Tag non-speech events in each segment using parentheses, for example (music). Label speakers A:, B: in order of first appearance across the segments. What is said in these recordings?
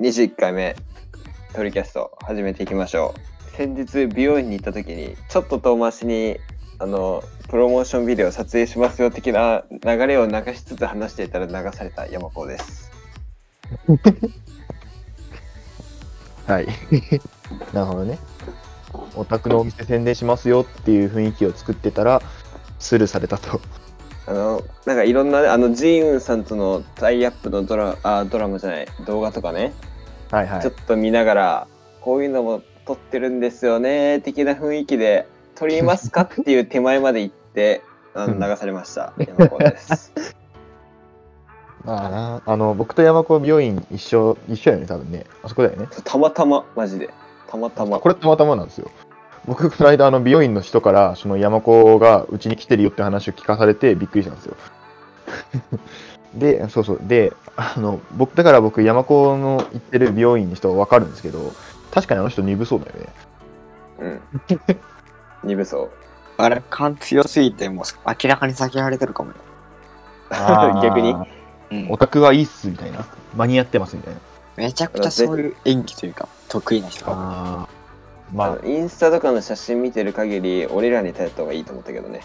A: 21回目トリキャスト始めていきましょう先日美容院に行った時にちょっと遠回しにあのプロモーションビデオ撮影しますよ的な流れを流しつつ話していたら流された山子です
B: はい。 (laughs) なるほどね。お宅のお店宣伝しますよっていう雰囲気を作ってたら、スルーされたと。
A: あのなんかいろんなあのジーンウンさんとのタイアップのドラあドラマじゃない動画とかね
B: はいは
A: ちょっと見ながら、こういうのも撮ってるんですよね、的な雰囲気で、撮りますかっていう手前まで行って、あの
B: うん
A: 流されました。山子です。
B: まあな、あの、僕と山子病院一緒、一緒やね、多分ね。あそこだよね。
A: たまたま、マジで。たまたま。
B: これたまたまなんですよ。僕、この間、あの、美容院の人から、その山子がうちに来てるよって話を聞かされて、びっくりしたんですよ。 (laughs) で、そうそう。で、あの、僕、だから僕、山子の行ってる美容院の人はわかるんですけど、確かにあの人鈍そうだよね。
A: うん。鈍そう。
C: あれ、感強すぎて、もう明らかに避けられてるかもよ。
A: あー逆に
C: うん
B: オタクはいいっすみたいな間に合ってますみたいな
C: めちゃくちゃそういう演技というか、得意な人が。
B: あ
A: あ
B: ま
A: のインスタとかの写真見てる限り、俺らに頼った方がいいと思ったけどね。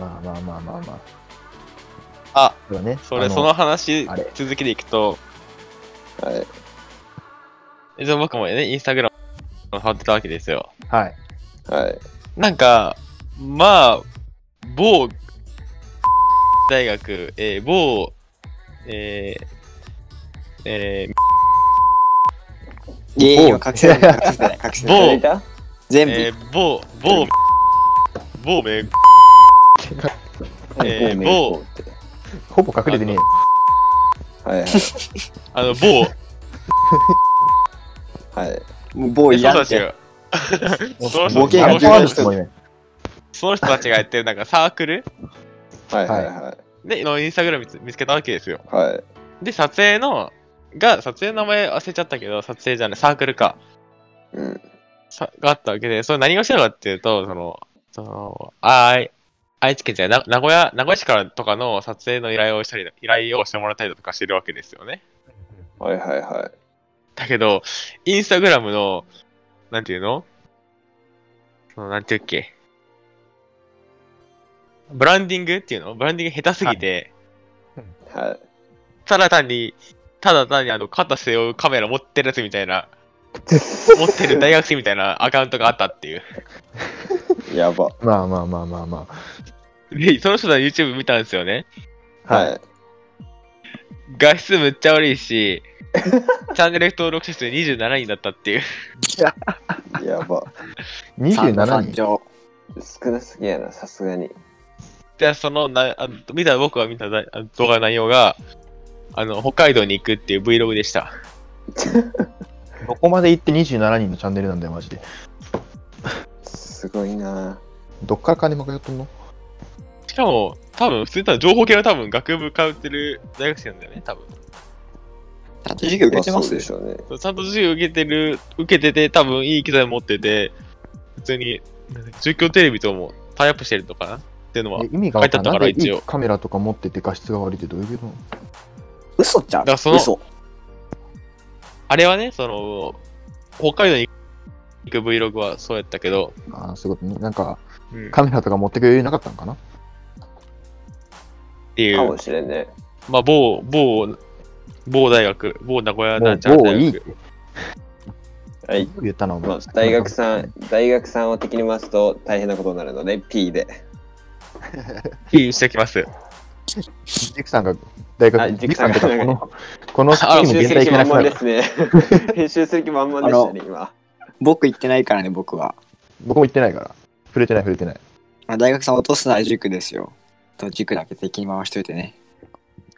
B: あまあまあまあまあまあ
D: あ
B: そうだね
D: それ、
B: あ
D: その話
B: あれ、
D: 続きでいくと、
A: はい。
D: えじゃあ僕もね、インスタグラム貼ってたわけですよ。
B: はい
A: はい。
D: なんか、まあ、某、大学、えー、某、えー、え
C: いやいや、隠せない、隠せない、隠せない。
D: 某
A: 誰だ
D: ー、
C: 全
D: え
C: 部、
D: ー、某、某、某名、えー
A: 某メイコって
B: ほぼ隠れてねえよ
A: はいはい。
D: あの、
C: (laughs)
D: 某、
A: はい。
C: もう某い
D: 人
C: らん
D: た
C: っ
D: ち
C: て。
D: が、そ
C: ボ
D: の人
C: ケ
D: た
C: が
B: 誰
D: ち
B: もある
D: が、
B: 人もいない
D: その人たちがやってるなんかサークル
A: はいはいは
D: で、のインスタグラム見つ見つけたわけですよ。
A: い。はい。
D: で、撮影の、が、撮影の名前忘れちゃったけど、撮影じゃない、サークルか。
A: うん。
D: さがあったわけで、それ何をしてるかっていうと、その、その、あい愛知県じゃないな名古屋、名古屋市からとかの撮影の依頼をしたり、依頼をしてもらったりだとかしてるわけですよね。
A: はいはいは
D: だけど、インスタグラムの、なんていうのその、なんていうっけ。ブランディングっていうのブランディング下手すぎて、
A: い。はい。
D: ただ単に、ただ単にあの、肩背負うカメラ持ってるやつみたいな、持ってる大学生みたいなアカウントがあったっていう。
A: やば。
B: まあまあまあまあまあ
D: で、その人の YouTube 見たんですよね。
A: はい。
D: 画質むっちゃ悪いし、 (laughs) チャンネル登録者数27人だったっていう。 (laughs)
A: やば。
B: 27人
C: 人。
A: 少なすぎやな、さすがに。
D: で、そのなあの、見た、僕が見ただあの動画の内容が、あの、北海道に行くっていう Vlog でした。
B: どこまで行って27人のチャンネルなんだよマジです
A: ごいな
B: どっから金もかかっとんの
D: しかも、多分、普通に多分情報系の多分、学部通ってる大学生なんだよね、多分。
C: ちゃんと授業受けてま
A: あそう
C: す
A: でしょうね。
D: そうちゃんと授業受けてる、受けてて、多分いい機材持ってて、普通に、なんだっけ中京テレビともタイアップしてるのかなっていうのは。
B: え
D: だ
B: 意味がわかんな
D: 書いて
B: いな
D: あったから
B: んでい
D: 一応
B: いカメラとか持ってて画質が悪いってどういうこと
C: 嘘ちゃう
D: からその
C: 嘘。
D: あれはね、その、北海道に行く Vlog はそうやったけど、
B: ああそういうことねなんか
D: うん
B: カメラとか持ってく余裕なかったのかな
D: ってい
A: か
D: う
A: も、しれんね。
D: まあ、某、某、某大学、某名古屋
B: も
D: なん
B: う
D: ちゃら
B: もうい
D: 大
B: いっ
D: 学。
B: て
A: (laughs) はい。
B: 言ったのお前
A: まあ、大学さん、大学さんを敵に回すと大変なことになるので、P で。
D: いいしてきます。
B: ジクさんが大
A: あ
B: 学、
A: ジ
B: ジ
A: ク
B: ク
A: さ
B: さ
A: ん
B: ん
A: が
B: とかこの、この
D: あ
B: 先も現代行けなくな
A: で
B: る。
A: すね。編集する気満々でしたね、今。
C: 僕行ってないからね、僕は。
B: 僕も行ってないから。触れてない触れてない。
C: まあ大学さん落とすのは塾ですよ。と塾だけ敵に回しといてね。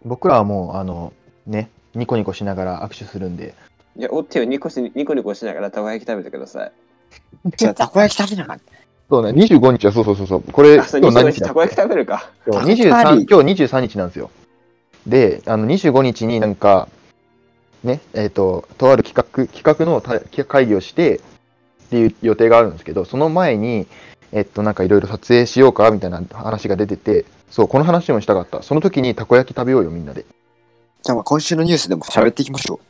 B: 僕らはもう、あの、ね、ニコニコしながら握手するんで、
A: いや、おってよ、ニコしニコニコしながらたこ焼き食べてください。
C: じゃあ、たこ焼き食べなかった。
B: そうね、25日はそうそうそうそう、これ、
A: あ、
B: 今
A: そう、
B: 日
A: ニコ
B: 何
A: ニ
B: 日
A: コ
B: だ
A: たこ焼き食べるか。
B: 今
C: き
B: 日23今日23日なんですよ。で、あの25日になんか、ね、えっ、と、とある企画、企画のた会議をしてっていう予定があるんですけど、その前に、えっと、なんかいろいろ撮影しようかみたいな話が出てて、そう、この話もしたかった。その時にたこ焼き食べようよ、みんなで。
C: じゃあまあ今週のニュースでも喋っていきましょう。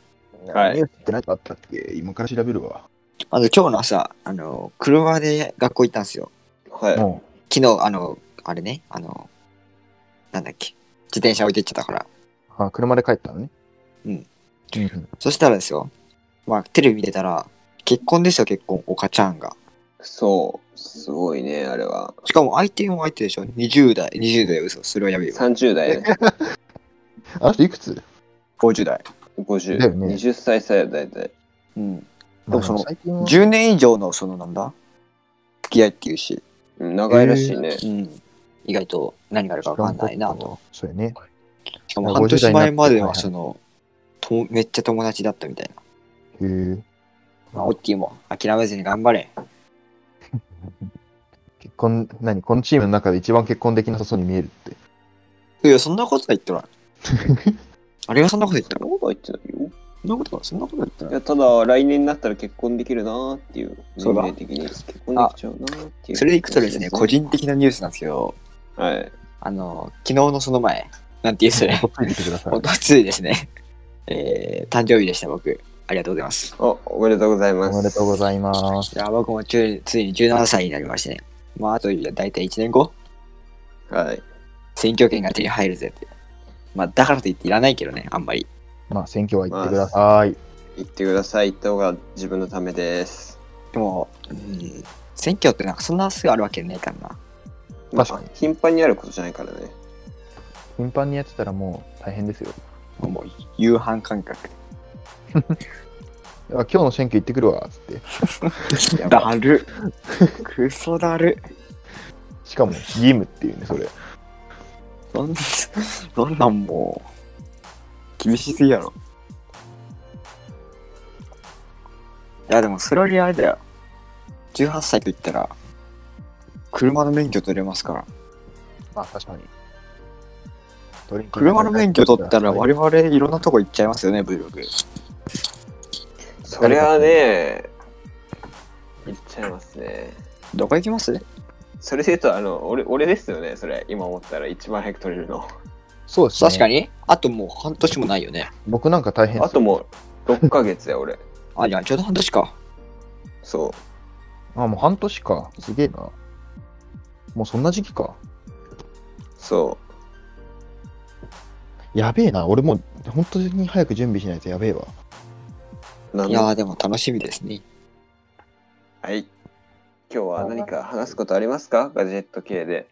A: はい
B: ニュースって何かあったっけ今から調べるわ。
C: あの、今日の朝、あの、車で学校行ったんですよ。
A: はい。
B: も
C: 昨日、あの、あれね、あの、なんだっけ、自転車置いてっちゃったから。
B: うんあ車で帰ったのね。
C: うん
B: うんうん。
C: そしたらですよ、まあ、テレビ見てたら、結婚ですよ、結婚、おかちゃんが。
A: そう。すごいね、あれは。
C: しかも相手も相手でしょ、20代、20代、嘘、それはやべえわ。
A: 30代、ね、
B: あの人いくつ
C: 50代。
A: 50、
B: だよね
A: 20歳差だいたい。
C: うん。
B: で
C: もその
B: 最近は
C: 10年以上の、そのなんだ付き合いっていうし、
A: うん長いらしいね。
C: うん。意外と何があるかわかんないなと。。
B: そうやね。
C: しかも半
B: 50
C: 年
B: 代になって
C: 前まで
B: はいは
C: は、
B: い
C: その、とめっちゃ友達だったみたいな。
B: へえ。
C: まあ、オッキーも諦めずに頑張れ。
B: 結婚、何このチームの中で一番結婚できなさそうに見えるって。
C: いや、そんなことは言って (laughs) ない。あれがそんなこと言った
A: そん
C: の
A: なことは言ってないよ。
C: そんなことは、そんなことは言って
A: い
C: ない。
A: や、ただ、来年になったら結婚できるなーっていう。
C: そうだ
A: 年齢的に。結婚できちゃうなーっていう。
C: それでいくとですね、個
A: 個人。
C: 人的なニュースなんですけど、
A: はい。
C: あの、昨日のその前、なんて言うんですよね
B: ほっといてください
C: 本。当ついですね。えー、誕生日でした、僕。ありがとうございます。
A: お、おめでとうございます。
B: おめでとうご
A: い
B: ざいます。
C: いや、僕もちゅついに17歳になりましてね。まあ、あと、いや大体1年後、
A: ます。はい。
C: 選挙権が手に入るぜって。まあ、だからといっていらないけどね、あんまり。
B: まあ、選挙は行ってください。
A: 言ってください。言った方が自分のためです。
C: でも、うん、選挙ってなんかそんなすぐあるわけないからな。
B: 確かに
A: まあ頻繁にあることじゃないからね。
B: 頻繁にやってたらもう大変ですよ。
C: もう、夕飯感覚。
B: いや今日の選挙行ってくるわ、つって。 (laughs) やば
C: だる。クソだる。
B: しかも、義務っていうね、それ。
C: どん、 (laughs) どんなんもう、厳しすぎやろ。いや、でもそれよりあれだよ。18歳と言ったら、車の免許取れますから。
B: まあ、確かに。ドリンク
C: 車の免許取ったら我々いろんなとこ行っちゃいますよね、Vlog。
A: そりゃあね、言っちゃいますね。
C: どこ行きます
A: それで言うと、あの、俺、俺ですよね、それ。今思ったら一番早く取れるの。
B: そうですね。
C: 確か
B: に。
C: に。あともう半年もないよね。
B: 僕なんか大変
A: あともう6ヶ月や、俺。
C: あ、じゃあちょうど半年か。
A: そ
B: あ、もう半年か。すげえな。もうそんな時期か。
A: う。そ
B: やべえな。俺もう本当に早く準備しないとやべえわ。
A: う。なん
C: い
A: で
C: やーでも楽しみですね。
A: はい。今日は何か話すことありますかガジェット系で。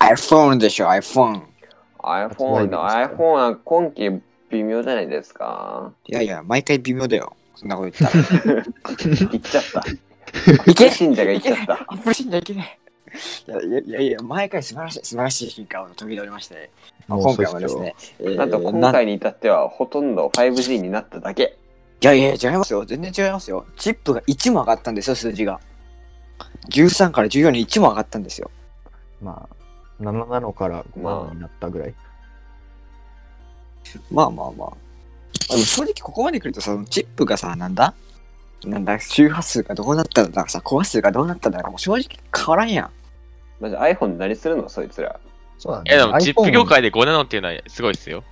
C: iPhone でしょ、iPhone。
A: iPhone の
B: 発売日ですか
A: iPhone は今期微妙じゃないですか
C: いやいや、毎回微妙だよ。そんなこと言ったら。
A: 行っちゃ
B: (laughs)
A: った。
C: いけ
A: 信者が行っちゃった。
C: アップル信者いけない。 (laughs) いやいやいやいや、毎回素晴らしい、素晴らしい進化を遂げておりまして、まあ、
B: もう
C: 今
B: そう
C: 回はですね、えー
A: なんと今
C: なんい
A: 回に至ってはほとんど 5G になっただけ。
C: やいや、違いますよ。全然違いますよ。チップが1も上がったんですよ、数字が。13から14に1も上がったんですよ。
B: まあ、7なのから5
A: まあ
B: になったぐらい。
C: まあまあまあ。でも正直ここまで来るとさ、そのチップがさ、なんだなんだ、周波数がどうなったんだかさ、コア数がどうなったんだか、もう正直変わらんやん。
A: マジ iPhone 何するのそいつら。
B: そうなん
D: え、でも、チップ業
B: iPhone
D: 界で5ナノっていうのはすごいですよ。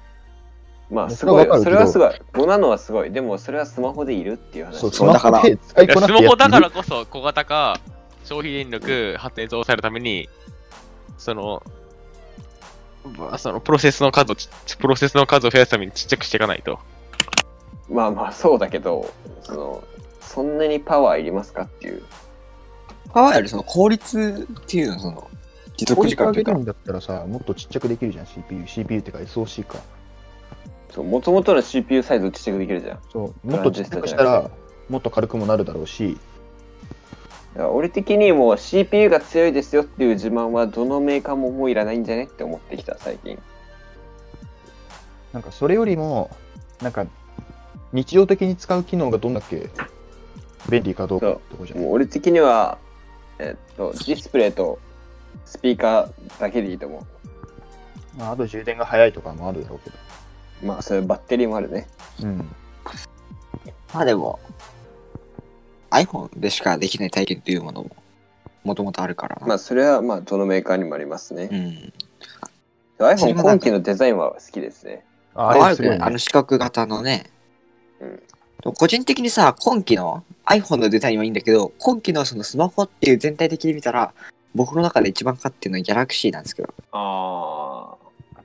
A: まあ
B: いや
A: すごいよ。
B: そ
A: それ
B: れは
A: は
B: わか
A: すごい。5なのはすごい。でもそれはスマホでいるっていう話。
B: そう、ス
C: そう
B: マ
C: だか
B: ホ
C: ら
B: で使い
D: いや
B: こな
D: ス
B: く
D: マ
B: てや
D: ホ
B: って
D: だ
B: る
D: からこそ小型化、消費電力発電増されるために、その、まあそのプロセスの数をち、プロセスの数を増やすためにちっちゃくしていかないと。
A: まあまあそうだけど、その、そんなにパワーいりますかっていう。
C: パワーよりその効率っていうの、その、持
B: こ
C: 続
B: れ
C: 時
B: から
C: 間と
B: 出
C: いうか
B: る。んだったらさ、もっとちっちゃくできるじゃん、CPU。CPU ってか SOC か。
A: そう、もともとの CPU サイズをちっちゃくできるじゃん。だ
B: そう、もっとちっちゃくした
A: トランジスタじゃな
B: ら、もっと軽くもなるだろうし、
A: から俺的にもう CPU が強いですよっていう自慢はどのメーカーももういらないんじゃねって思ってきた最近。
B: なんかそれよりも、なんか、日常的に使う機能がどんだけ便利かどうかってことじゃな
A: も
B: いう
A: 俺的には、えっと、ディスプレイとスピーカーだけでいいと思
B: まあ、あと充電が早いとかもあるだろうけど。
A: う。まあ、それバッテリーもあるね。
B: うん。
C: まあでも、iPhone でしかできない体験というものも、もともとあるからな。
A: まあ、それは、まあ、どのメーカーにもあります
C: う
A: ね。
C: ん。それ
A: iPhone
C: はなん
A: 今
C: か
A: 期のデザインは好きですね。
B: あ
C: あ
B: あれ
C: る
B: すごい
C: ね
B: ね。
C: あの四角型のね。
A: うん
C: 個人的にさ、今期の iPhone のデザインはいいんだけど、今期のそのスマホっていう全体的に見たら、僕の中で一番勝ってるのはギャラクシーなんですけど、
A: ああ。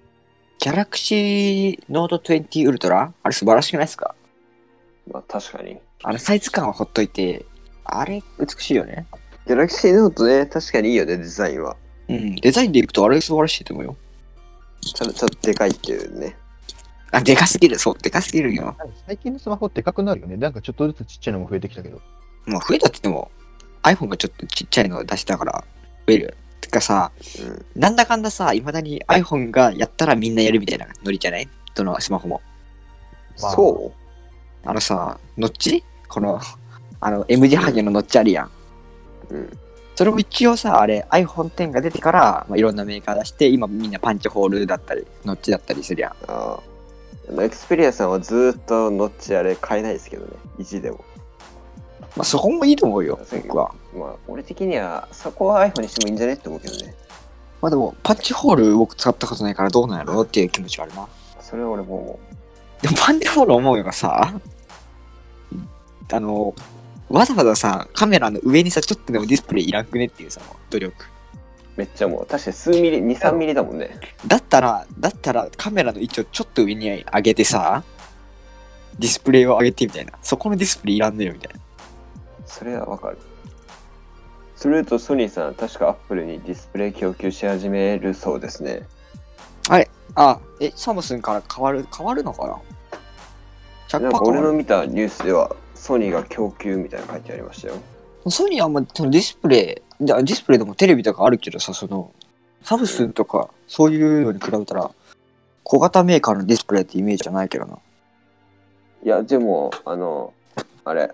C: ギャラクシーノート20ウルトラあれ素晴らしくないですか
A: まあ確かに。
C: あのサイズ感はほっといて、あれ美しいよね。
A: ギャラクシーノートね、確かにいいよね、デザインは。
C: うん、デザインでいくとあれ素晴らしいと思うよ。
A: ただちょっとでかいっていうね。
C: あ、でかすぎる、そう、でかすぎるよ。
B: 最近のスマホでかくなるよね。なんかちょっとずつちっちゃいのも増えてきたけど。
C: もう増えたって言っても、iPhone がちょっとちっちゃいのを出したから、増える。てかさ、
A: うん。
C: なんだかんださ、いまだに iPhone がやったらみんなやるみたいなノリじゃないどのスマホも。
B: まあ
A: そ
C: あのさ、ノッチこの、あの、M 字ハゲのノッチあるやん。
A: ううん。
C: それも一応さ、あれ、iPhone10 が出てから、まあ、いろんなメーカー出して、今みんなパンチホールだったり、ノッチだったりするやん。
A: ああ。エクスペリアさんはずーっとノッチあれ買えないですけどね。意地でも。
C: まあ、そこもいいと思うよ、僕は。
A: まあ俺的にはそこは iPhone にしてもいいんじゃねって思うけどね。
C: まあでも、パンチホール僕使ったことないからどうなんやろうっていう気持ちはあるな。
A: それは俺も思
C: でもパンチホール思うのがさ、あの、わざわざさ、カメラの上にさ、ちょっとでもディスプレイいらんくねっていうさ、努力。
A: う。めっちゃもう。確かに数ミリ、2、3ミリだもんね。
C: だったら、だったらカメラの位置をちょっと上に上げてさ、ディスプレイを上げてみたいな。そこのディスプレイいらんねよみたいな。
A: それはわかる。それとソニーさん、確かアップルにディスプレイ供給し始めるそうですね。
C: あ、え、サムスンから変わる、変わるのかな
A: な
C: ?100%
A: んか
C: 変
A: 俺
C: わ
A: の
C: る
A: 見たニュースではソニーが供給みたいなの書いてありましたよ。
C: ソニーはあんまそのディスプレイ、いやディスプレイでもテレビとかあるけどさ、その、サムスンとかそういうのに比べたら、小型メーカーのディスプレイってイメージじゃないけどな。
A: いやでもあのあれ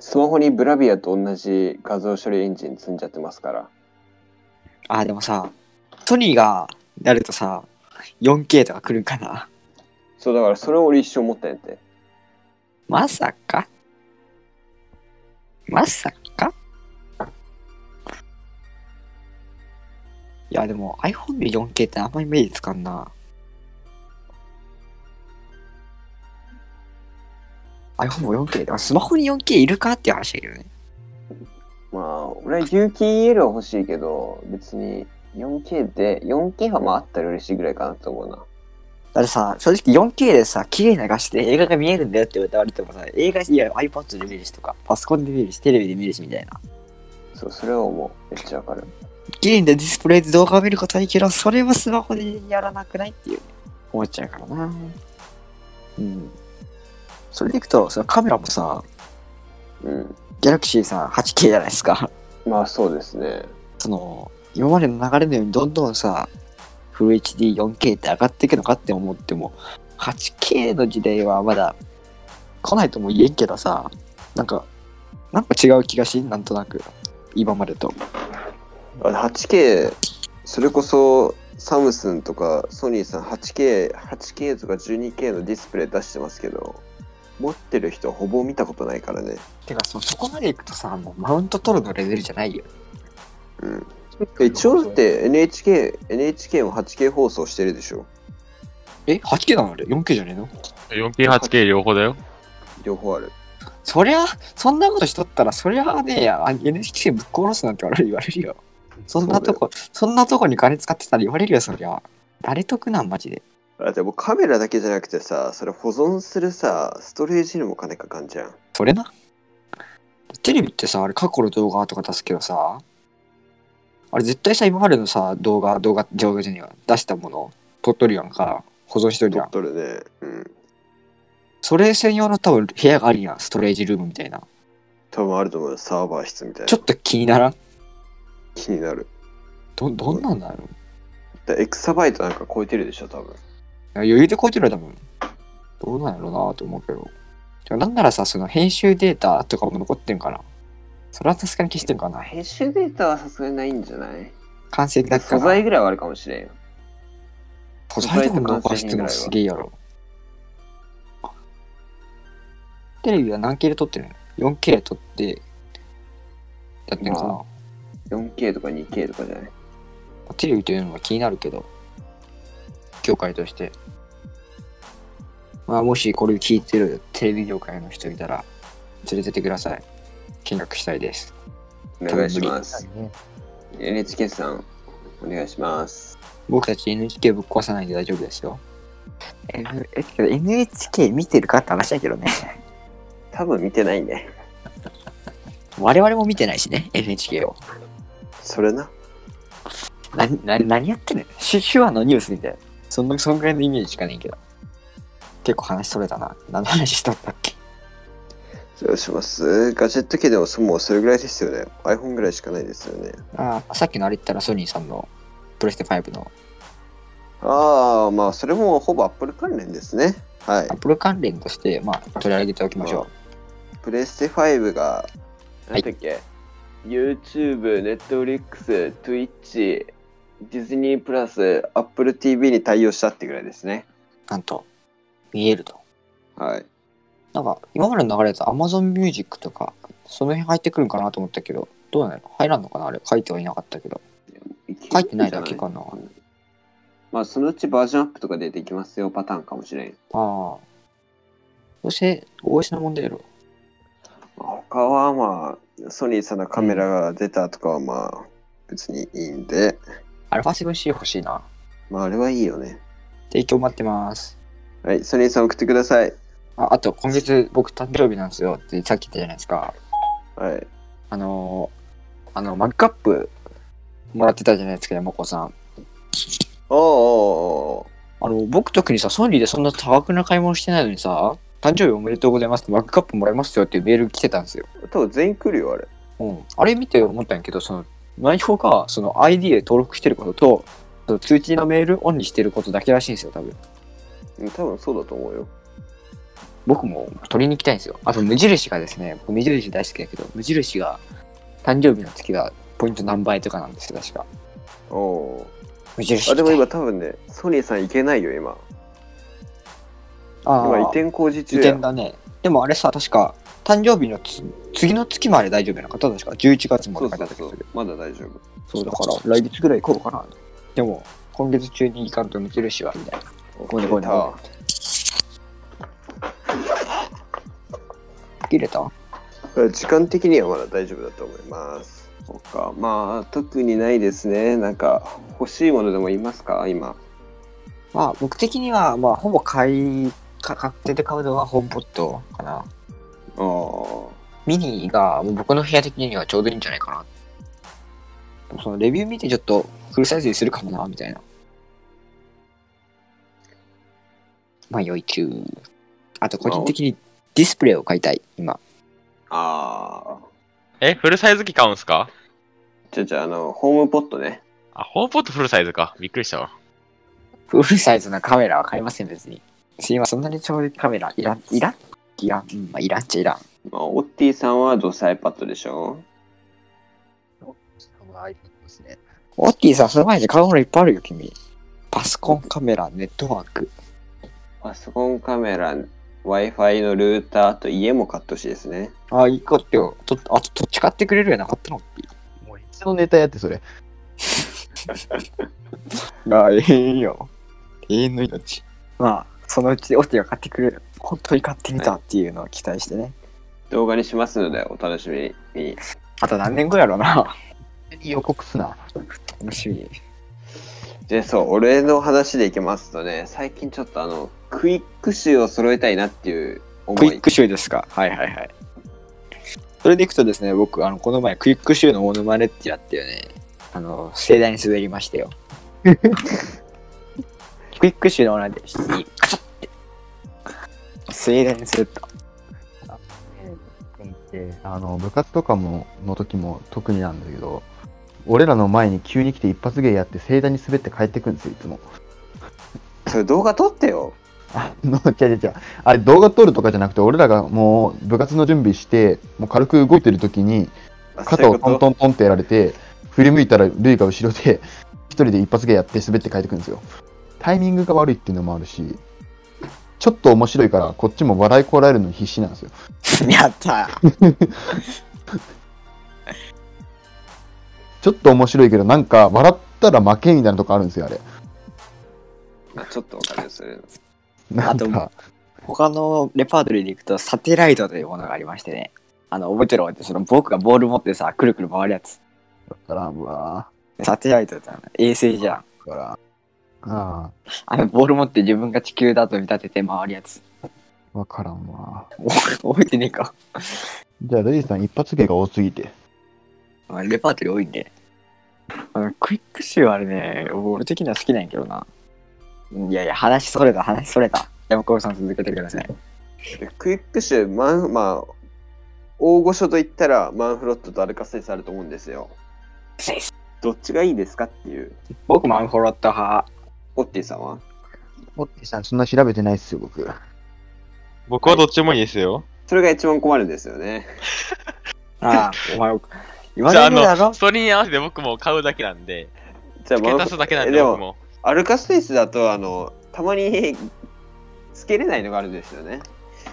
A: スマホにブラビアと同じ画像処理エンジン積んじゃってますから
C: あ、でもさ、ソニーがやるとさ、4K とか来るんかな。
A: そうだからそれを俺一生思ったんやって
C: まさかまさかいやでも iPhone で 4K ってあんまり目につかんな iPhone も 4K だスマホに 4K いるかっていう話だけどね
A: まあ俺は有機 EL は欲しいけど別に 4K で 4K はまああったら嬉しいぐらいかなと思うな
C: だってさ正直 4K でさ綺麗な画質で映画が見えるんだよって言われてもさ映画いや iPad で見るしとかパソコンで見るしテレビで見るしみたいな
A: そうそれは思うめっちゃわかる
C: 綺麗なディスプレイで動画を見ることはいいけど、それはスマホでやらなくないっていう、思っちゃうからな。うん。それでいくと、そのカメラもさ、
A: うん
C: ギャラクシーさん 8K じゃないですか。
A: まあそうですね
C: その、今までの流れのようにどんどんさ、フル HD、4K って上がっていくのかって思っても、8K の時代はまだ来ないとも言えんけどさ、なんか、なんか違う気がしん、なんとなく。今までと。
A: あ 8K それこそサムスンとかソニーさん 8K8K とか 12K のディスプレイ出してますけど持ってる人ほぼ見たことないからね
C: てか、そのそこまでいくとさ、もうマウント取るのレベルじゃないよ。
A: うん一応だって NHK, NHK も 8K 放送してるでしょ
C: え 8K なのあれ ?4K じゃねえの
D: 4K、8K 両方だよ。
A: 両方ある
C: そりゃ、そんなことしとったら、そりゃね、あ NHK ぶっ殺すなんて言われるよ。そんなとこ、そんなとこに金使ってたら言われるよ、そりゃ。誰得なん、マジで。
A: あでもカメラだけじゃなくてさそれ保存するさストレージにも金かかんじゃん
C: それな。テレビってさ、あれ過去の動画とか出すけどさ、あれ絶対さ、今までのさ、動画、動画、上下には出したもの、撮っとるやんか、保存しとる
A: 撮
C: やん
A: っ。とるねうん
C: それ専用の多分部屋があるやん、ストレージルームみたいな。
A: 多分あると思うよサーバー室みたい
C: ちょ
A: な
C: っと気にならん
A: 気になる
C: ど、どんなんだろう
A: だエクサバイトなんか超えてるでしょ多分
C: 余裕で超えてるよ多分どうなんやろうなと思うけどでもなんならさその編集データとかも残ってんかなそれはさすがに消してんかな
A: 編集データはさすがにないんじゃない
C: 完成だけか
A: 素
C: な
A: 材ぐらいはあるかもしれんよ
C: 素材でも残してんのすげえやろテレビは何 K で撮ってるの ?4K で撮ってやってんのかな、
A: ま 4K とか 2K とかじゃない
C: テレビというのは気になるけど業界としてまあ、もしこれ聞いてるテレビ業界の人いたら、連れてってください。見学したいです。
A: お願いします。
B: ね
A: NHK さん、お願いします。
C: 僕たち NHK ぶっ壊さないんで大丈夫ですよ。え、けど NHK 見てるかって話だけどね。
A: 多分見てないね。
C: 我々も見てないしね、NHK を。
A: それな。
C: な、な、何やってんの手手話のニュースみたいな。そんな、そんぐらいのイメージしかねえけど。結構話それたな。何の話しとったっけ
A: どうしますガジェット機でもそもうそれぐらいですよね。iPhone ぐらいしかないですよね。
C: ああ、さっきのあれ言ったらソニーさんのプレステ5の
A: ああ、まあそれもほぼ Apple 関連ですね。はい
C: ア。ップル関連として、まあ、取り上げておきましょ
A: プレステ5が、
C: い
A: なんだっけ、YouTube、Netflix、Twitch、ディズニープラス、Apple TV に対応したってぐらいですね。
C: う。なんと、見えると。
A: はい。
C: なんか、今までの流れだと Amazon Music とか、その辺入ってくるんかなと思ったけど、どうなの入らんのかなあれ、書いてはいなかったけど。書いてないだけかな。
A: まあそのうちバージョンアップとか出てきますよパターンかもしれん。
C: ああ。そして、OS の問題やろ。
A: 他はまあソニーさんのカメラが出たとかはまあ別にいいんで、
C: α7C 欲しいな。
A: まああれはいいよね。
C: 提供待ってます。
A: はい、ソニーさん送ってください。
C: ああと、今月僕誕生日なんですよってさっき言ったじゃないですか。
A: はい。
C: あのー、あの、マグカップもらってたじゃないですか、山子さん。
A: おーおーお
C: あの、僕特にさ、ソニーでそんな多額な買い物してないのにさ、誕生日おめでとうございますってマグカップもらえますよっていうメール来てたんですよ。
A: ー多分全員来るよあれ。
C: うん。あれ見て思ったんやけど、その、内容が、その ID で登録してることと、その通知のメールオンにしてることだけらしいんですよ、多分。
A: うん多分そうだと思うよ。
C: 僕も取りに行きたいんですよ。あと無印がですね、僕無印大好きだけど、無印が誕生日の月がポイント何倍とかなんですよ、確か。
A: おお
C: 無印
A: ー。あでも
C: 行き
A: 今多分ねソニーさん行けないよ今。
C: たいあ
A: 今移
C: ー
A: 転工事
C: 移
A: 中や。
C: 転だね。でもあれさ、確か誕生日のつ次の月まで大丈夫なのか、確か11月ま
A: そ
C: で
A: う
C: 書いて
A: そ
C: あ
A: うそ
C: った気がす
A: う
C: る。
A: まだ大丈夫。
C: そうだから来月ぐらい行こうかな。でも今月中に行かんと無印はみたいな。ごめんごめんご切れた
A: 時間的にはまだ大丈夫だと思います。そっか、まあ特にないですね。なんか欲しいものでも言いますか今。
C: まあ僕的には、まあほぼ買い、か確定で買うのはホームポットかな。
A: ああ、
C: ミニがもう僕の部屋的にはちょうどいいんじゃないかな。でもそのレビュー見てちょっとフルサイズにするかもな、みたいな。まあ、良い中。あと、個人的にディスプレイを買いたい、今。
A: ああ。
D: え、フルサイズ機買うんすか
A: じゃあじゃああのホームポットね。
D: あ、ホームポットフルサイズか。びっくりしたわ。
C: フルサイズなカメラは買いません、別に。今そんなにちょうどいいカメラいらん、いらんいらん。うんまあ、いらんっちゃいらん。
A: まあオッティさんはどうせ iPad でしょ。
C: ですね。オッティさん、その前に買うものいっぱいあるよ、君。パソコン、カメラ、ネットワーク。
A: パソコンカメラ、Wi-Fi のルーターと家も買ってほしいですね。
C: あ、いいかってよ。と、あと、どっち買ってくれるよなかったの
D: もういい
B: そのネタやってそれ。
C: あ、永遠よ。永遠の命。まあ、そのうちオッティが買ってくれる。本当に買ってみたっていうのを期待してね。
A: 動画にしますのでお楽しみに。
C: あと何年後やろうな。
B: 予告すな。
C: 楽しみ。
A: でそう俺の話でいきますとね最近ちょっとあのクイック集を揃えたいなっていう思
C: クイ
A: い
C: ック集ですか。はいはいはい。それでいくとですね、僕、あの、この前、クイック集のモノマネってやってよね、あの、盛大に滑りました (laughs) よ。クイック集のモノマネで、カシャって。 (laughs) 盛大に滑った。
B: あの部活とかもの時も特になんだけど、俺らの前に急に来て一発芸やって盛大に滑って帰ってくんですよ、いつも。
A: それ動画撮ってよ
B: あの、違う違う違う。あれ動画撮るとかじゃなくて、俺らがもう部活の準備して、もう軽く動いてる時に、
A: あ
B: 肩
A: そ
B: を
A: う
B: ト
A: い
B: ン
A: うこと
B: トントンってやられて、振り向いたらルイが後ろで、一人で一発芸やって滑って帰ってくるんですよ。タイミングが悪いっていうのもあるし、ちょっと面白いから、こっちも笑いこらえるのに必死なんですよ。
C: やった
B: ちょっと面白いけど、なんか、笑ったら負けみたいなとこあるんですよ、あれ。
A: あちょっとわかるよそれ
B: な
C: あ
B: ん
C: と
B: か、
C: 他のレパートリーで行くと、サテライトというものがありましてね。あの、覚えてる覚えてるその僕がボール持ってさ、くるくる回るやつ。
B: だから、ま
C: サテライトってあの衛星じゃん。
B: あ、だから、あ
C: あの、ボール持って自分が地球だと見立てて回るやつ。
B: あ、わからんわ。
C: 覚えてねえか。
B: じゃあ、ルイさん一発芸が多すぎて。
C: まあレパートリー多いんで。あの、クイックシューあれね、俺的には好きなんやけどな。いやいや、話それた、話それた。山川さん続けてください。
A: クイックシュマンまあ大御所と言ったらマンフロットとアルカセイスあると思うんですよどっちがいいですかっていう
C: 僕マンホロット派。
A: オッティさんは
B: おってさん、そんな調べてないっすよ、僕。
D: 僕はどっちもいいですよ。
A: それが一番困るんですよね
C: ああ、お前、言 (laughs) わ
D: じゃあ、
C: な
D: あ
C: いだろ
D: の、それに合わせて僕も買うだけなんで、
A: じゃあ
D: 付
A: マンフ
D: け足すだけなん
A: え
D: で、
A: で
D: 僕
A: も
D: も。
A: アルカセイスだとあのたまにつけれないのがあるんですよね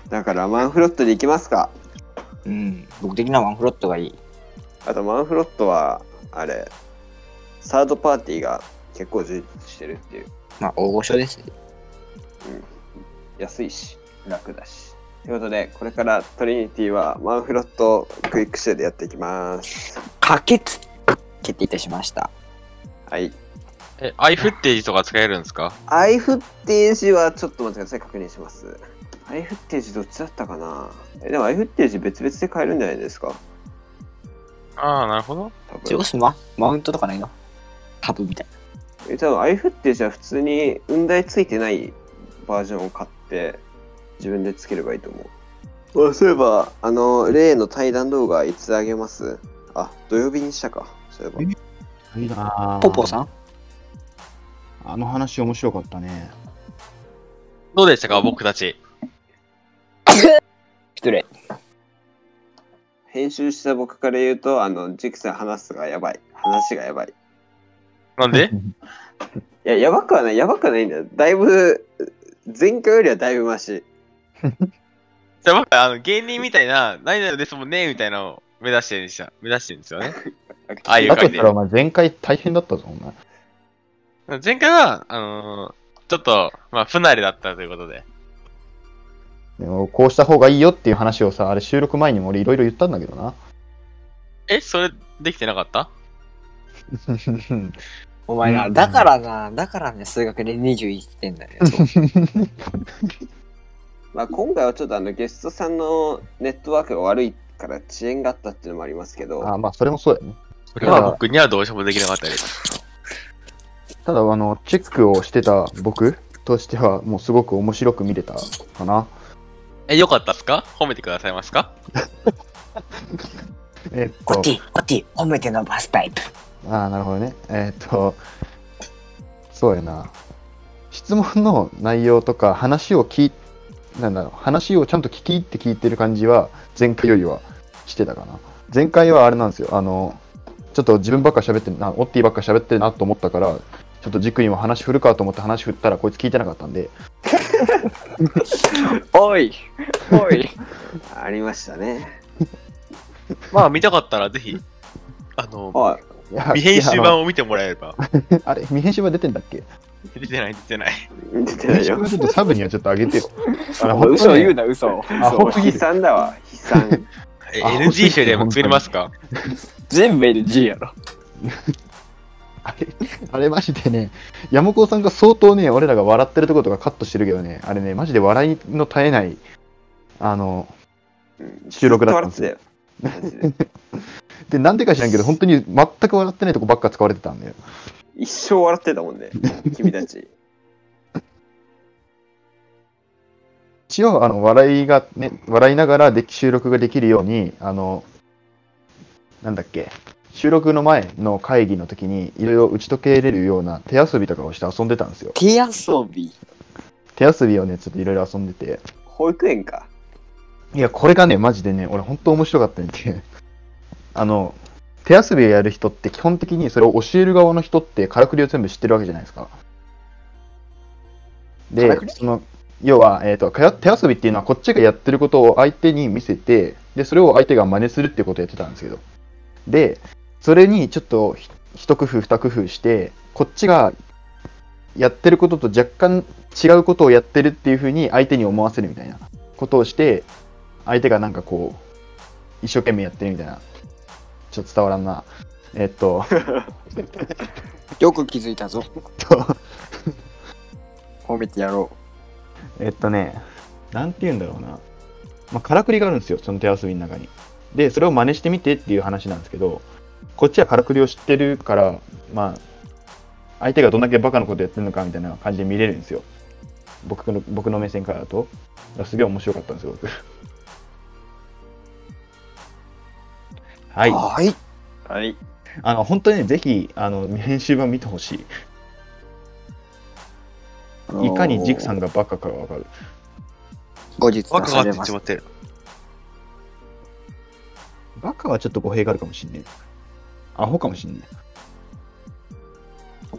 A: だからマンフロットでいきますか
C: うん。僕的にはマンホロットがいい。
A: あとマンフロットはあれサードパーティーが結構充実してるっていう
C: まあ、大御所です。
A: 安いし楽だしということでこれからトリニティはマンフロットクイックシェでやっていきます
C: 可決決定いたしました。
A: はい
D: え、アイフッテージとか使えるんですか
A: アイフッテージはちょっと待ってください確認しますアイフッテージどっちだったかなえでもアイフッテージ別々で買えるんじゃないですか
D: ああ、なるほど。
A: 多
C: それ
A: 分
C: こそママウントとかないのタブみたい
A: え多分アイフッテージは普通に雲台ついてないバージョンを買って自分でつければいいと思うあそういえばあの例の対談動画いつあげますあ土曜日にしたかそういえば
C: な。ポッポ
E: ん
C: さん
E: あの話面白かったね。
D: どうでしたか、僕たち。
C: 失礼。
A: 編集した僕から言うと、あの、ジクさん話すがやばい。話がやばい。い
D: な
E: (laughs)
D: ん (laughs) で
A: や、やばくはない、やばくはないんだよ。だいぶ、前回よりはだいぶマシ。
D: じゃあ僕はあの芸人みたいな、何々ですもんね、みたいなのを目指してるんでした。目指してるんです
B: (laughs)
D: よね。あい
B: だ
D: う
B: と
D: 感
B: し
D: じ
B: たら、お前、前回大変だったぞ、お前。
D: 前回は、あのーちょっと、まあ、不慣れだったということで。
B: でも、こうした方がいいよっていう話をさ、あれ、収録前にも俺、いろいろ言ったんだけ
E: (laughs)
B: どな。
D: え、それ、できてなかった
C: お前な、
B: うん
C: だからな、だからね、数学で21点だよ。そう
A: まあ、今回はちょっとあの、ゲストさんのネットワークが悪いから遅延があったっていうのもありますけど、
B: あまあ、それもそうだよね。
D: それは僕にはどうしようもできなかったです。
B: ただ、あの、チェックをしてた僕としては、もうすごく面白く見れたかな。
D: え、よかったっすか褒めてくださいますか
B: えっ
C: コ
B: と
C: テ、ィ、コティ、褒めて伸ばすタイプ。
B: ああ、なるほどね。えっと、そうやな。質問の内容とか、話を聞いなんだろう、話をちゃんと聞き入って聞いてる感じは、前回よりはしてたかな。前回はあれなんですよ、あの、ちょっと自分ばっか喋ってるな、オッティばっか喋ってるなと思ったから、ちょっと軸にも話振るかと思って話振ったら、こいつ聞いてなかったんで、
C: おい、おい。
A: ありましたね。
D: まあ、見たかったらぜひ、あの、
A: はい。
B: いや
D: 未編集
B: いやあの
D: 版を見てもらえれば。
B: あれ、未編集版出てんだっけ
D: 出てない、出てない。
A: 出て
B: 未
A: な
B: 編
A: い
B: 集版
A: よ。
B: ちょっとサブにはちょっと上げてよ。あれ
C: もう嘘を言う
B: ね
C: な、嘘を。
B: あ
A: そう、
B: 本当に
A: 悲惨だわ。悲惨。
B: (laughs)
D: え
B: あ
D: NG 集でも作りますか
C: 全部 LG やろ。
B: あれ、あれマジでね、山子さんが相当ね、俺らが笑ってるところとかカットしてるけどね、あれね、マジで笑いの絶えない、あの、
A: うん
B: 収録だったん
A: ず
B: です
A: と笑
B: よ
A: ってたよ。マジで
B: で、なんでか知らんけど、本当に全く笑ってないとこばっか使われてたんだよ。
A: 一生笑ってたもん
B: (laughs)
A: ね。君たち。
B: 一応、あの、笑いがね、笑いながらでき収録ができるように、あの、なんだっけ、収録の前の会議の時に、いろいろ打ち解けれるような手遊びとかをして遊んでたんですよ。
C: 手遊び。
B: 手遊びをね、ちょっといろいろ遊んでて、
A: 保育園か。
B: いや、これがね、マジでね、俺、本当面白かったん (laughs) で、あの、手遊びをやる人って、基本的にそれを教える側の人って、からくりを全部知ってるわけじゃないですか。
C: から
B: で
C: く、り
B: その、要は、えっ、と、かや手遊びっていうのは、こっちがやってることを相手に見せて、で、それを相手が真似するっていうことをやってたんですけど、で、それにちょっとひ、一工夫、二工夫して、こっちがやってることと若干違うことをやってるっていうふうに相手に思わせるみたいなことをして相手がなんかこう一生懸命やってるみたいなちょっと伝わらんなえ
E: (laughs)
B: っと
C: よく気づいたぞ。
B: と
C: 褒めてやろ
B: えっとね
E: なんて言うんだろうな。まあ、からくりがあるんですよ、その手遊びの中に。で、それを真似してみてっていう話なんですけど、こっちはからくりを知ってるから、まあ、相手がどんだけバカなことやってるのかみたいな感じで見れるんですよ。僕の僕の目線からだと。だからすげえ面白かったんですよ、僕。は
C: う。
E: い。
C: はい。
A: はい。
E: あの、本当にね、ぜひ、あの、編集版見てほしい。いかにジクさん
C: が
E: がバカかがわかる。
C: 後日
D: バ
C: 出さ
D: カがって
C: れ
D: 言
C: ま
D: っち
C: す
D: ま。ってる。
E: バカはちょっと語弊があるかもしんねえ。アホかもしんねえ。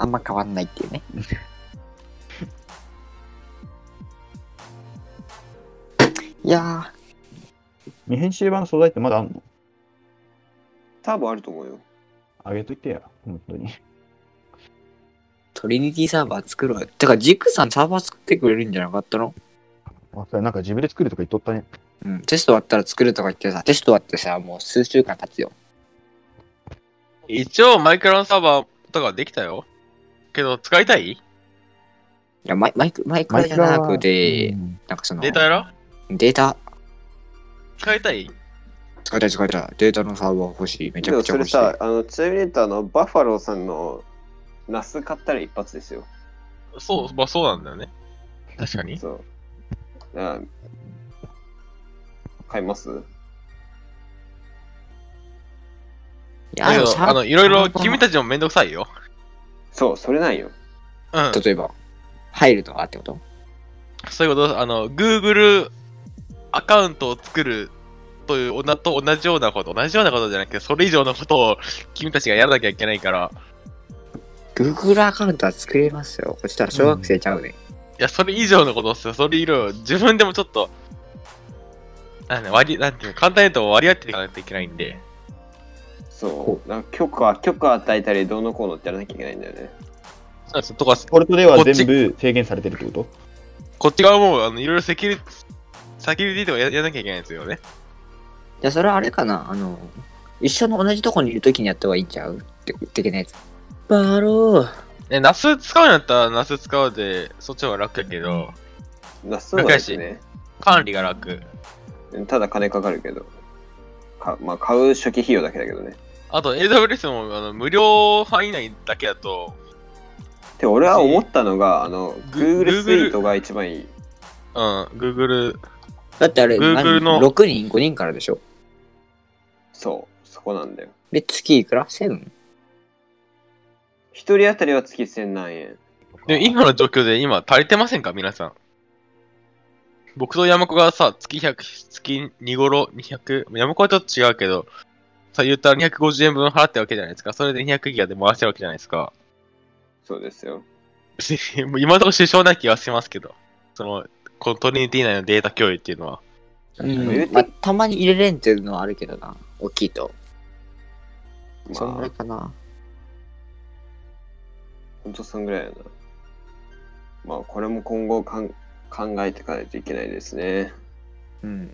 C: あんま変わんないっていうね。 (laughs) いや
E: 未編集版の素材ってまだあんの
A: 多分あると思うよ。
E: あげといてや、本当に。
C: ー、トリニティサーバー作るわ。てか、ジクさんサーバー作ってくれるんじゃなかったの
E: あ、それなんか自分で作るとか言っとったね。
C: うん。テスト終わったら作るとか言ってさ、テスト終わってさ、もう数週間経つよ。
D: 一応、マイクロのサーバーとかできたよ。けど、使いたい
C: いや、マイマイク、マイクラじゃなくて、なんかその、
D: データやら
C: データ
D: 使いたい
C: 使いたい使いたい。データのサーバー欲しい。めち
A: で
C: ゃ
A: も
C: くちゃ
A: それ
C: 欲しい。
A: さ、あの、ちなみに言うと、あの、バッファローさんのナス買ったら一発ですよ。
D: そう、まあそうなんだよね。確かに。
A: そう。あ買います
C: いや
D: だけ
C: でも
D: ど、
C: さ
D: あの、いろ
C: サ
D: いろ
C: ーバー
D: 君たちもめんどくさいよ。
A: そう、それなんよ。
D: うん。
C: 例えば、入るとかってこと
D: そういうこと、あの、Google アカウントを作るという女と同じようなこと、同じようなことじゃなくて、それ以上のことを君たちがやらなきゃいけないから、
C: ?Google アカウントは作れますよ。こっちら小学生ちゃうね。
D: いや、それ以上のことっすよ。それ以上、自分でもちょっと、なんだ割り、なんていうの簡単に言うと割り合っていかないといけないんで、
A: そう。なんか許可、許可与えたり、どうのこうのってやらなきゃいけないんだよね。
D: そうですとか、
E: ポルトでは全
D: こ
E: 部制限されてるってこと
D: こっち側も、あの、いろいろセキュリティ、セキュリティとかややらなきゃいけないんですよね。
C: じゃあそれはあれかなあの、一緒の同じとこにいるときにやった方がいいんちゃうって的なやつ。バロー。
D: ね、ナス使うんだったらナス使うで、そっちの方が楽だけど、
A: ナスなんですね。
D: 管理が楽。
A: ただ金かかるけど。かまあ、買う初期費用だけだけどね。
D: あと AWS もあの無料範囲内だけだと、
A: で、俺は思ったのが、あの、
D: Google
A: Google スイートが一番いい。
D: うん、Google、
C: だってあれ、
D: Google の
C: 何6人、5人からでしょ
A: そう、そこなんだよ。
C: で、月いくら ?7?
A: 一人当たりは月1000何円。
D: で今の状況で今足りてませんか皆さん。僕と山子がさ、月100、月2頃200、山子はちょっと違うけど、さ、言ったら250円分払ってるわけじゃないですか。それで200ギガで回してるわけじゃないですか。
A: そうですよ。
D: 別に (laughs) もう今のところ支障ない気はしますけど、その、このトリニティ内のデータ共有っていうのは。
A: 言うて
C: まあ、たまに入れれんっていうのはあるけどな。大きいと。そんぐ
A: ま
C: らい
A: あ、
C: かな。
A: ほんとそんぐらいやな。まあ、これも今後かん考えていかないといけないですね。
C: うん。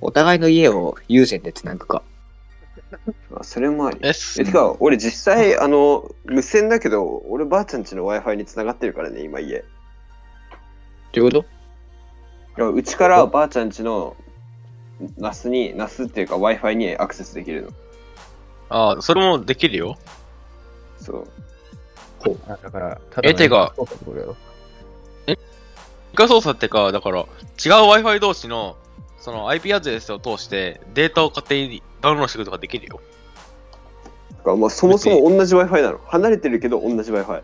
C: お互いの家を有線で繋ぐか。
A: まあ、それもあり。
D: え、す
A: え、てか、俺実際、あの、無線だけど、俺ばあちゃんちの Wi-Fi に繋がってるからね、今家。
C: どういうこ
A: い
C: と
A: やうちからばあちゃんちのナスに、ナスっていうか Wi-Fi にアクセスできるの。
D: ああ、それもできるよ。
A: そう。
E: あだから、た
D: えてか
E: そうかこれやろ
D: 一回操作ってか、だから、違う Wi-Fi 同士の、その IP アドレスを通して、データを勝手にダウンロードしてくるとかできるよ。
A: だからまあ、そもそも同じ Wi-Fi なの。離れてるけど同じ Wi-Fi。だか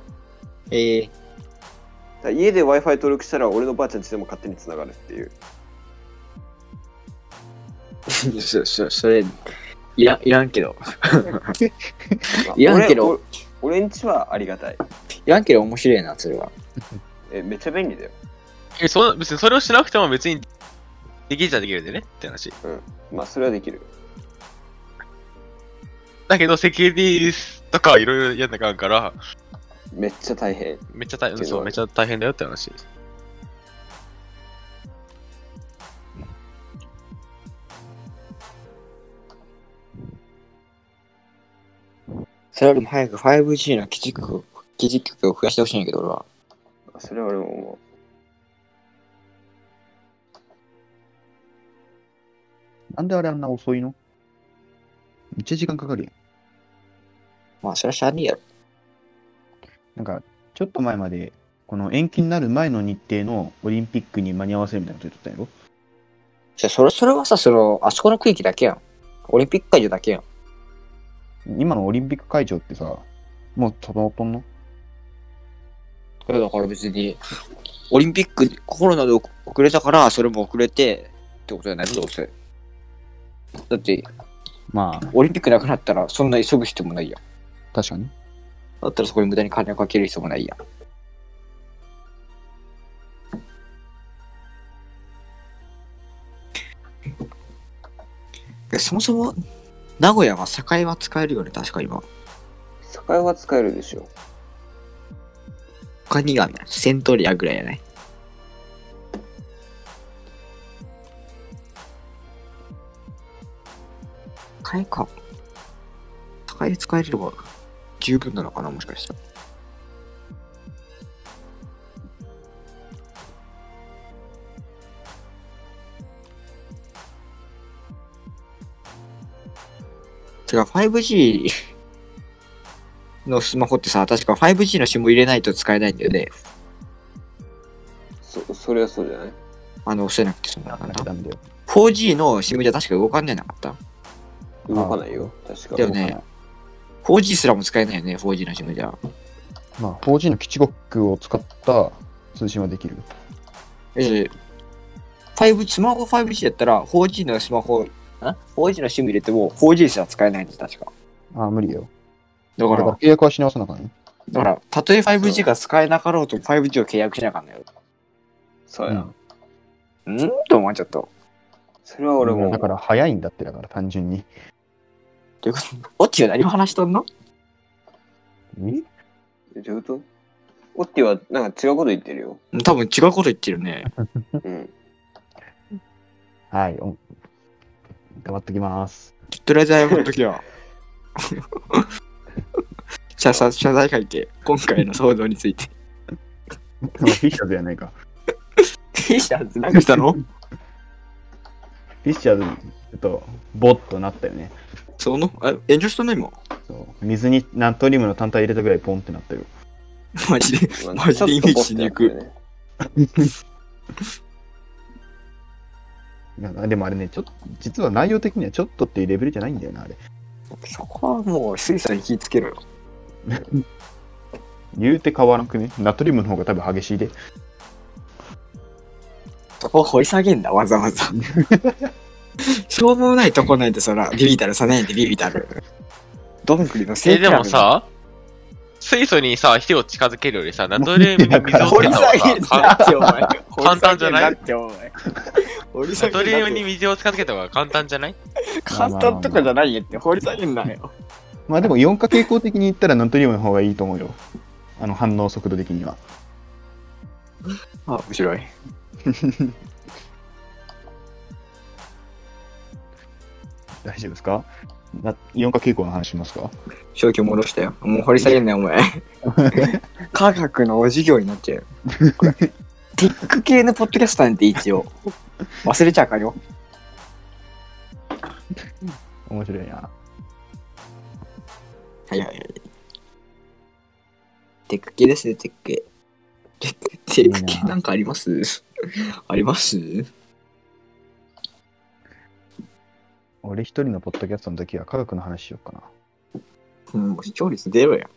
C: ええ
A: ら家で Wi-Fi 登録したら、俺のばあちゃんちでも勝手に繋がるっていう。
C: ー、 (laughs) そ、そ、それ、いらん、いらんけど。
A: まあ
C: いらんけど。
A: 俺俺俺んちはありがたい。
C: いらんけど面白いな、それは。
A: え、めっちゃ便利だよ。
D: え、そん別にそれをしなくても別に、できるじゃできるでねって話。
A: まあ、それはできる。
D: だけど、セキュリティとかいろいろやんなきゃあかんから、
A: めっちゃ大変。
D: めっちゃ大
A: け
D: 変、
A: ど
D: そう、めっちゃ大変だよって話です。
C: それよりも早く 5G の基軸を基軸局を増やしてほしいんやけど俺は。
A: それは俺も思
B: なんであれあんな遅いのめっちゃ時間かかるやん。
C: まあそれはしゃあねえやろ。
B: なんか、ちょっと前まで、この延期になる前の日程のオリンピックに間に合わせるみたいなこと言っとったんやろ
C: それそれそれはさ、その、あそこの区域だけやん。オリンピック会場だけやん。
B: 今のオリンピック会場ってさ、もう整っとんの
C: これだから別に、オリンピック、コロナで遅れたから、それも遅れて、ってことじゃないどうせ。だって、
B: まあ、
C: オリンピックなくなったら、そんな急ぐ必要もないやん。
B: 確かに。
C: だったらそこに無駄に金をかける必要もないやん。えそもそも、名古屋は境は使えるよね、確か今。
A: う。境は使えるでしょ。
C: 他にはセントリアぐらいやね。高いか。高い使えれば十分なのかな、もしかしたら。てか 5G のスマホってさ、確か 5G の SIM を入れないと使えないんだよね。
A: そ、それはそうじゃない
C: あの、そうじゃなくて、その、なんだ
B: ダメだよ。
C: 4G の SIM じゃ確か動かんねえなかった。
A: 動かないよ。確か
C: だよね。4G すらも使えないよね、4G の SIM じゃ。
B: まあ、4G の基地国を使った通信はできる。
C: ええ。5G、スマホ 5G だったら、4G のスマホ、ん ?4G の SIM 入れても、4G すら使えないんです、確か。
B: ああ、無理よ。
C: だか
B: だから
C: ら、
B: 契約はし直さなあかんね。
C: だから、たとえ 5G が使えなかろうと、5G を契約しなあかんのよ。
A: そうや。
B: うん
C: んーと思っちゃった。
A: それは俺も
B: だ。から早いんだって、だから単純に。
C: オッチは何を話しとんの
B: え
A: えどういうことオッティはなんか違うこと言ってるよ。
C: 多分違うこと言ってるね。
A: うん。
B: はい。お頑張ってきます。
C: とりあえず謝っときは。 (laughs) 謝罪謝罪会見、今回の騒動について。
B: フィッシャーズやないか。
C: いいじゃん、何かしたの
B: フィッシャーズ、ちょっと、ボッとなったよね。
C: その、あ炎上したの今。
B: そう水にナトリウムの単体入れたぐらいポンってなったよ。
C: マジで。
A: まあ
C: マジでイメージしに行く
A: ちょっとボッてなったよね
B: いやでもあれね、ちょっと、実は内容的にはちょっとっていうレベルじゃないんだよな、あれ。
C: そこはもう、水産に気ぃつけろよ。
B: 言うて変わらなくね。ナトリウムの方が多分激しいで。
C: そこを掘り下げんだ、わざわ (laughs) ざ。しょうもないとこないとそら、ビビたるさないでビビたる。どんぐりのせ
D: え、でも、さ、水素にさ、火を近づけるよりさ、ナトリウムに水をつけた方
C: 掘り下げん
D: が
C: な
D: か、
C: って、お前。
D: 簡単じゃな
C: 掘り下げんな
D: い
C: って、お前。掘り下
D: ナトリ
C: げん
D: ウ
C: な
D: ム
C: って
D: に水を近づけた方が簡単じゃない
C: 簡単とかじゃないよって、掘り下げんなよ。
B: まあでも、4化傾向的に言ったらナトリウムの方がいいと思うよ。あの、反応速度的には。
C: あ、面白い。
B: 大丈夫ですかな4化傾向の話しますか
C: 正気を戻したよ。もう掘り下げんなよ、お前。 (laughs) 科学のお授業になっちゃうよ。これテック系のポッドキャスターなんて一応。忘れちゃあかんよ。
B: 面白いな。
C: はいはいはい。テック系ですね、テック系。テックテック系なんかありますあります
B: 俺一人のポッドキャストの時は科学の話しようかな。
C: うん、もう視聴率ゼロやん。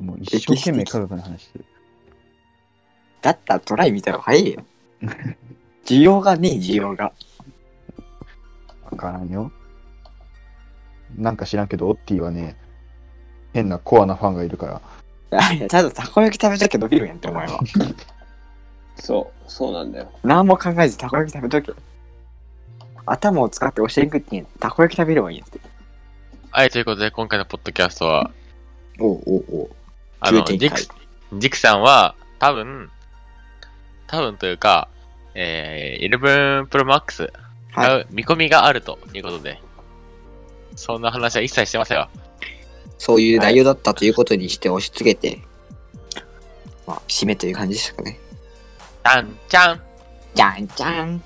B: もう一生懸命科学の話してる。
C: だったらトライ見たら早い (laughs) よ。需要がねえ、需要が。
B: わからんよ。なんか知らんけど、オッティはね、変なコアなファンがいるから、
C: (laughs) あいやただたこ焼き食べたけ伸びるやんって、お前は。
A: (laughs) そう、そうなんだよ。
C: 何も考えずたこ焼き食べとけ。頭を使って教えにくってたこ焼き食べればいいんやって。
D: はい、ということで、今回のポッドキャストは、
C: おうおうおう
D: あの、
C: 急展開
D: ジクス、ジクさんは、多分、多分というか、えー、11 Pro Max 買う見込みがあるということで、そんな話は一切してませんよ。
C: そういう内容だったということにして押し付けて、まあ、締めという感じでしたかね。
D: じゃんじゃん
C: じゃんじゃん。